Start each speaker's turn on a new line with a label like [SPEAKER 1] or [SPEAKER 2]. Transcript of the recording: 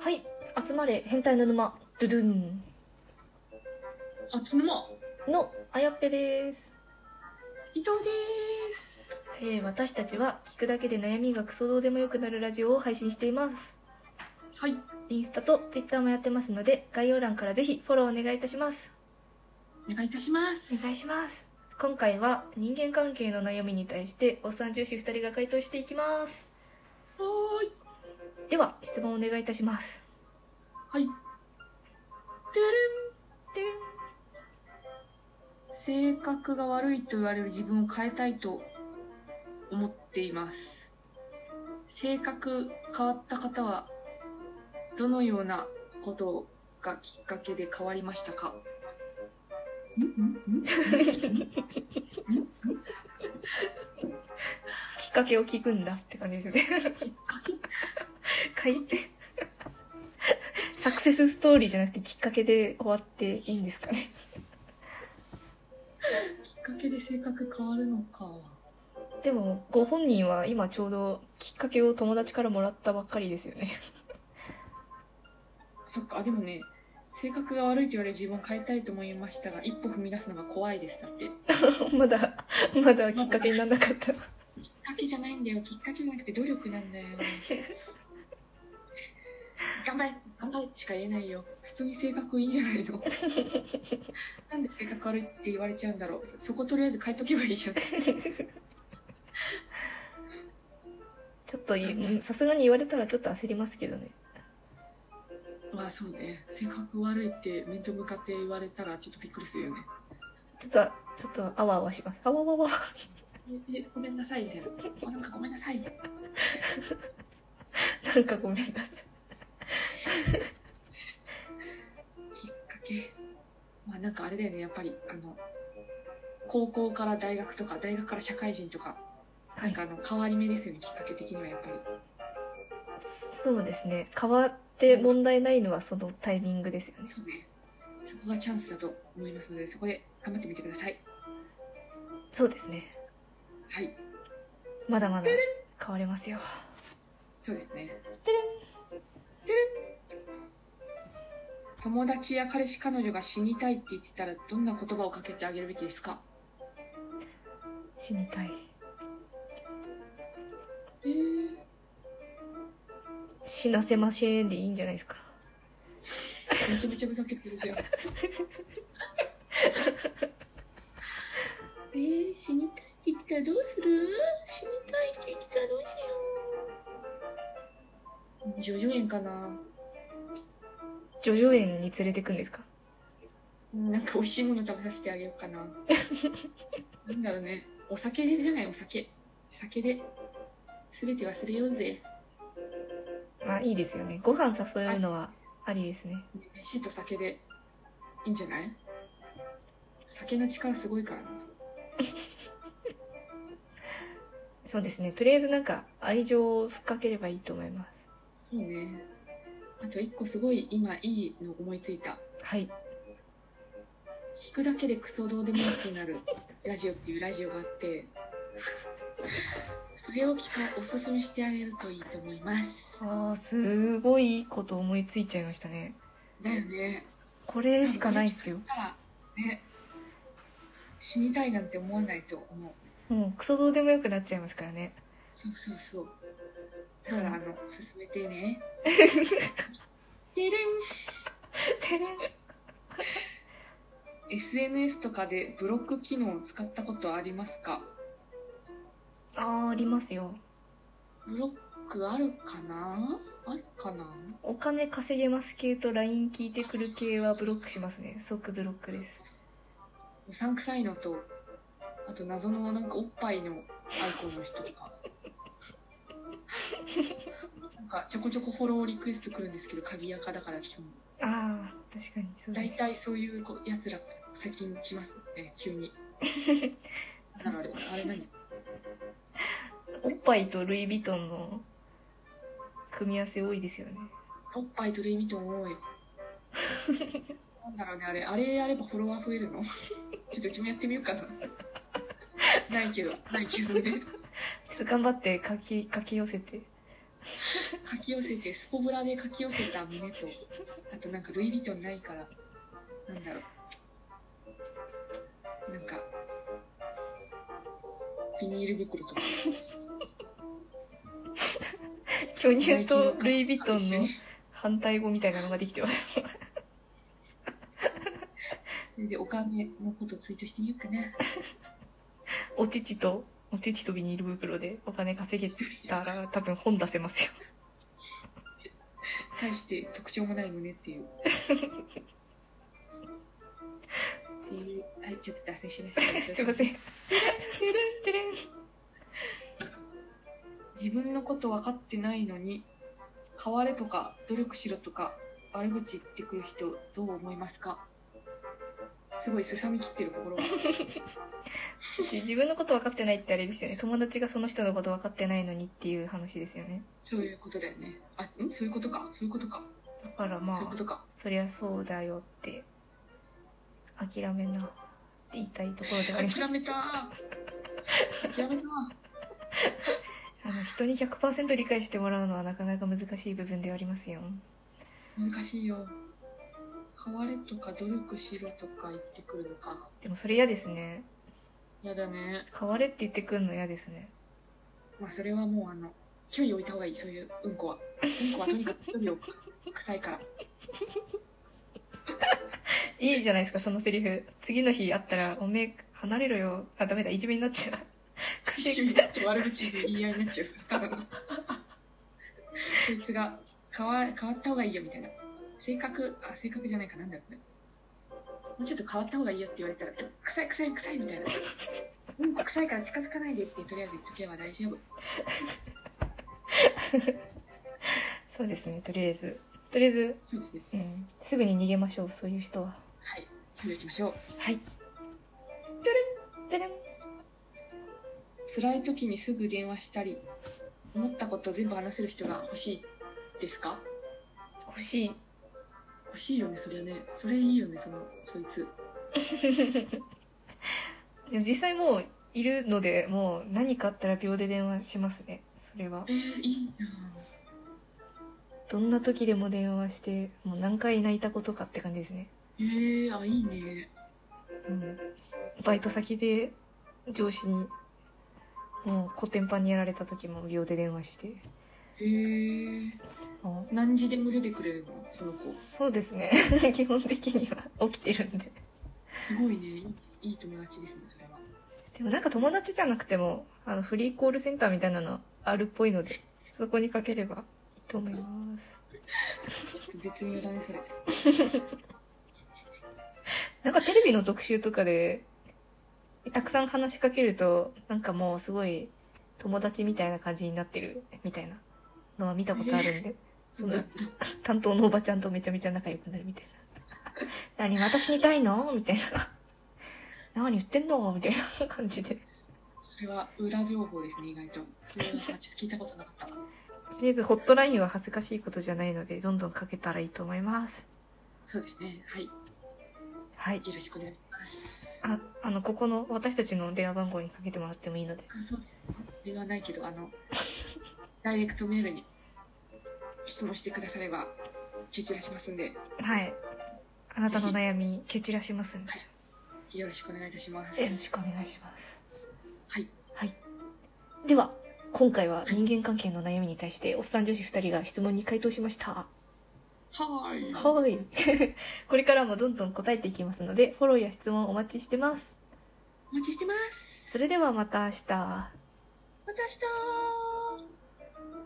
[SPEAKER 1] はい集まれ変態の沼ドゥドゥン
[SPEAKER 2] あつぬま
[SPEAKER 1] のあやっぺです、
[SPEAKER 2] 伊藤です
[SPEAKER 1] えー私たちは聞くだけで悩みがクソどうでもよくなるラジオを配信しています
[SPEAKER 2] はい
[SPEAKER 1] インスタとツイッターもやってますので概要欄からぜひフォローお願いいたします
[SPEAKER 2] お願いいたします
[SPEAKER 1] お願いします今回は人間関係の悩みに対しておっさん重視2人が回答していきます
[SPEAKER 2] はーい
[SPEAKER 1] では質問をお願いいたします
[SPEAKER 2] はいて
[SPEAKER 1] てん
[SPEAKER 2] れん性格が悪いと言われる自分を変えたいと思っています性格変わった方はどのようなことがきっかけで変わりましたかんんん
[SPEAKER 1] きっかけを聞くんだって感じですねかいサクセスストーリーじゃなくてきっかけで終わっていいんですかね
[SPEAKER 2] きっかけで性格変わるのか
[SPEAKER 1] でもご本人は今ちょうどきっかけを友達からもらったばっかりですよね
[SPEAKER 2] そっかあでもね性格が悪いと言われる自分を変えたいと思いましたが一歩踏み出すのが怖いですだってきっ
[SPEAKER 1] まだまだきっかけにならなかった
[SPEAKER 2] かけじゃないんだよきっかけじゃなくて努力なんだよ頑張れ頑張れしか言えないよ普通に性格いいんじゃないのなんで性格悪いって言われちゃうんだろうそそことりあえず変えとけばいいじゃん
[SPEAKER 1] ちょっというんさすがに言われたらちょっと焦りますけどね
[SPEAKER 2] まあそうね性格悪いって面と向かって言われたらちょっとびっくりするよね
[SPEAKER 1] ちょっとちょっとあわあわしますあわわわ
[SPEAKER 2] ええごめんなさいみたいなあなんかごめんなさいみたいな
[SPEAKER 1] なんかごめんなさい
[SPEAKER 2] きっかけまあなんかあれだよねやっぱりあの高校から大学とか大学から社会人とか
[SPEAKER 1] は
[SPEAKER 2] なん
[SPEAKER 1] い
[SPEAKER 2] かあの変わり目ですよねきっかけ的にはやっぱり
[SPEAKER 1] そうですね変わって問題ないのはそのタイミングですよね
[SPEAKER 2] そうねそこがチャンスだと思いますのでそこで頑張ってみてください
[SPEAKER 1] そうですね
[SPEAKER 2] はい
[SPEAKER 1] まだまだ変われますよ
[SPEAKER 2] そうですね
[SPEAKER 1] てれ
[SPEAKER 2] てれん友達や彼氏彼女が死にたいって言ってたらどんな言葉をかけてあげるべきですか
[SPEAKER 1] 死にたい
[SPEAKER 2] えー、
[SPEAKER 1] 死なせましぇんでいいんじゃないですか
[SPEAKER 2] めちゃめちゃふざけてる じゃん。えー、死にたいって言ってたらどうする死にたいって言ってたらどうしよう。叙々苑かな
[SPEAKER 1] 叙々苑に連れてくんですか
[SPEAKER 2] なんか美味しいもの食べさせてあげようかな。なんだろうね。お酒じゃないお酒。酒で。すべて忘れようぜ。
[SPEAKER 1] まあいいですよねご飯誘うのはありですね
[SPEAKER 2] 飯と酒で。いいんじゃない酒の力すごいからな。
[SPEAKER 1] そうですねとりあえずなんか愛情をふっかければいいと思います
[SPEAKER 2] そうね。あと一個すごい今いいの思いついた。
[SPEAKER 1] はい
[SPEAKER 2] 聞くだけでクソどうでもよくなるラジオっていうラジオがあって、それを聞か、おすすめしてあげるといいと思います。
[SPEAKER 1] ああすごいいいこと思いついちゃいましたね
[SPEAKER 2] だよね。
[SPEAKER 1] これしかないっすよ
[SPEAKER 2] たら、ね、死にたいなんて思わないと思う。
[SPEAKER 1] もうクソどうでもよくなっちゃいますからね
[SPEAKER 2] そうそうそう。だから、
[SPEAKER 1] うん
[SPEAKER 2] あの、進めて ね。てれん
[SPEAKER 1] てれん
[SPEAKER 2] SNS とかでブロック機能を使ったことありますか
[SPEAKER 1] あーありますよ
[SPEAKER 2] ブロックあるかなあるかな
[SPEAKER 1] お金稼げます系と LINE 聞いてくる系はブロックしますね即ブロックです
[SPEAKER 2] うさんくさいのとあと謎のなんかおっぱいのアイコンの人と かなんかちょこちょこフォローリクエストくるんですけど鍵垢だから基本
[SPEAKER 1] ああ確かにそうで
[SPEAKER 2] 大
[SPEAKER 1] すよ
[SPEAKER 2] 体そういうこやつら最近来ますね急 になんかあれあれ何
[SPEAKER 1] おっぱいとルイ・ヴィトンの組み合わせ多いですよね
[SPEAKER 2] おっぱいとルイ・ヴィトン多いなんだろうねあれあれやればフォロワー増えるの ちょっとうちもやってみようかなないけどないけどね
[SPEAKER 1] ちょっと頑張って書き書き寄せて
[SPEAKER 2] かき寄せてスポブラでかき寄せた胸とあとなんかルイ・ヴィトンないからなんだろうなんかビニール袋とか
[SPEAKER 1] 巨乳とルイ・ヴィトンの反対語みたいなのができて ます。
[SPEAKER 2] でお金のことをツイートしてみようかな
[SPEAKER 1] お乳と、お乳とビニール袋でお金稼げたら多分本出せます よ。。
[SPEAKER 2] 対して特徴もない胸っていう。っていうはい、ちょっと脱線しました
[SPEAKER 1] すいま せん。てるんてるん。
[SPEAKER 2] 自分のこと分かってないのに、変われとか、努力しろとか、悪口言ってくる人、どう思いますかすごい、すさみきってる心 が。
[SPEAKER 1] じ自分のこと分かってないってあれですよね。友達がその人のこと分かってないのにっていう話ですよね。
[SPEAKER 2] そういうことだよね。あ、んそういうことか。そういうことか。
[SPEAKER 1] だからま
[SPEAKER 2] そういうこ
[SPEAKER 1] あ、
[SPEAKER 2] とか。
[SPEAKER 1] そりゃそうだよって、諦めなって言いたいところではあります。
[SPEAKER 2] 諦めたー。諦めたー。
[SPEAKER 1] あの人に100%理解してもらうのはなかなか難しい部分ではありますよ。
[SPEAKER 2] 難しいよ。変われとか、努力しろとか言ってくるのか。
[SPEAKER 1] でもそれ嫌ですね。
[SPEAKER 2] やだね。
[SPEAKER 1] 変われって言ってくんの嫌ですね。
[SPEAKER 2] まあそれはもうあの距離置いた方がいいそういううんこはうんこはとにかく距離を置く臭いから
[SPEAKER 1] いいじゃないですか、そのセリフ。次の日会ったら、おめえ、離れろよ。あ、ダメだ、いじめになっ ちゃう。癖
[SPEAKER 2] 趣味だって悪口で言い合いになっちゃうただのそいつが変わ変わった方がいいよみたいな性格あ性格じゃないかなんだろうねもうちょっと変わった方がいいよって言われたらえ臭い臭い臭いみたいなうんこ臭いから近づかないでってとりあえず言っとけば大丈夫
[SPEAKER 1] そうですね、とりあえず。とりあえず、
[SPEAKER 2] そうですね
[SPEAKER 1] うん。すぐに逃げましょう、そういう人は。
[SPEAKER 2] はい距離行きましょう
[SPEAKER 1] はい。てれん。て
[SPEAKER 2] 辛い時にすぐ電話したり思ったことを全部話せる人が欲しいですか
[SPEAKER 1] れん。欲しい。
[SPEAKER 2] 欲しいよねそりゃねそれいいよねそのそいつ
[SPEAKER 1] でも実際もう、いるので、もう、何かあったら秒で電話しますね、それは。
[SPEAKER 2] えー、いいな
[SPEAKER 1] どんな時でも電話して、もう何回泣いたことかって感じですね。
[SPEAKER 2] えー、あいいね
[SPEAKER 1] うん、バイト先で上司にもうコテンパンにやられた時も秒で電話して
[SPEAKER 2] えー、
[SPEAKER 1] も
[SPEAKER 2] 何時でも出てくれるのその子
[SPEAKER 1] うそうですね 基本的には起きてるんです
[SPEAKER 2] ごいねいいいい友達ですねそれは
[SPEAKER 1] でもなんか友達じゃなくてもあのフリーコールセンターみたいなのあるっぽいのでそこにかければいいと思います
[SPEAKER 2] 絶妙だねそれ
[SPEAKER 1] なんかテレビの特集とかでたくさん話しかけるとなんかもうすごい友達みたいな感じになってるみたいなのは見たことあるんでその担当のおばちゃんとめちゃめちゃ仲良くなるみたい な。何私にたいのみたいな。何言ってんのみたいな感じで。と
[SPEAKER 2] それは裏情報ですね意外とそれはちょっと聞いたことなかった
[SPEAKER 1] りあえずホットラインは恥ずかしいことじゃないので、どんどんかけたらいいと思います。
[SPEAKER 2] そうですねはいよ
[SPEAKER 1] はい。
[SPEAKER 2] ろしくお願いします
[SPEAKER 1] あ、あの、ここの私たちの電話番号にかけてもらってもいいので。
[SPEAKER 2] あそうですではないけどあのダイレクトメールに質問してくだされば蹴散らしますんで
[SPEAKER 1] はい。あなたの悩み、蹴散らしますんで。
[SPEAKER 2] よろしくお願いいたします
[SPEAKER 1] よろしくお願いします。
[SPEAKER 2] はい
[SPEAKER 1] はい。では、今回は人間関係の悩みに対して、おっさん女子2人が質問に回答しました。
[SPEAKER 2] はーい
[SPEAKER 1] はい。 これからもどんどん答えていきますので、フォローや質問お待ちしてます。
[SPEAKER 2] お待ちしてます
[SPEAKER 1] それではまた明日。
[SPEAKER 2] また明日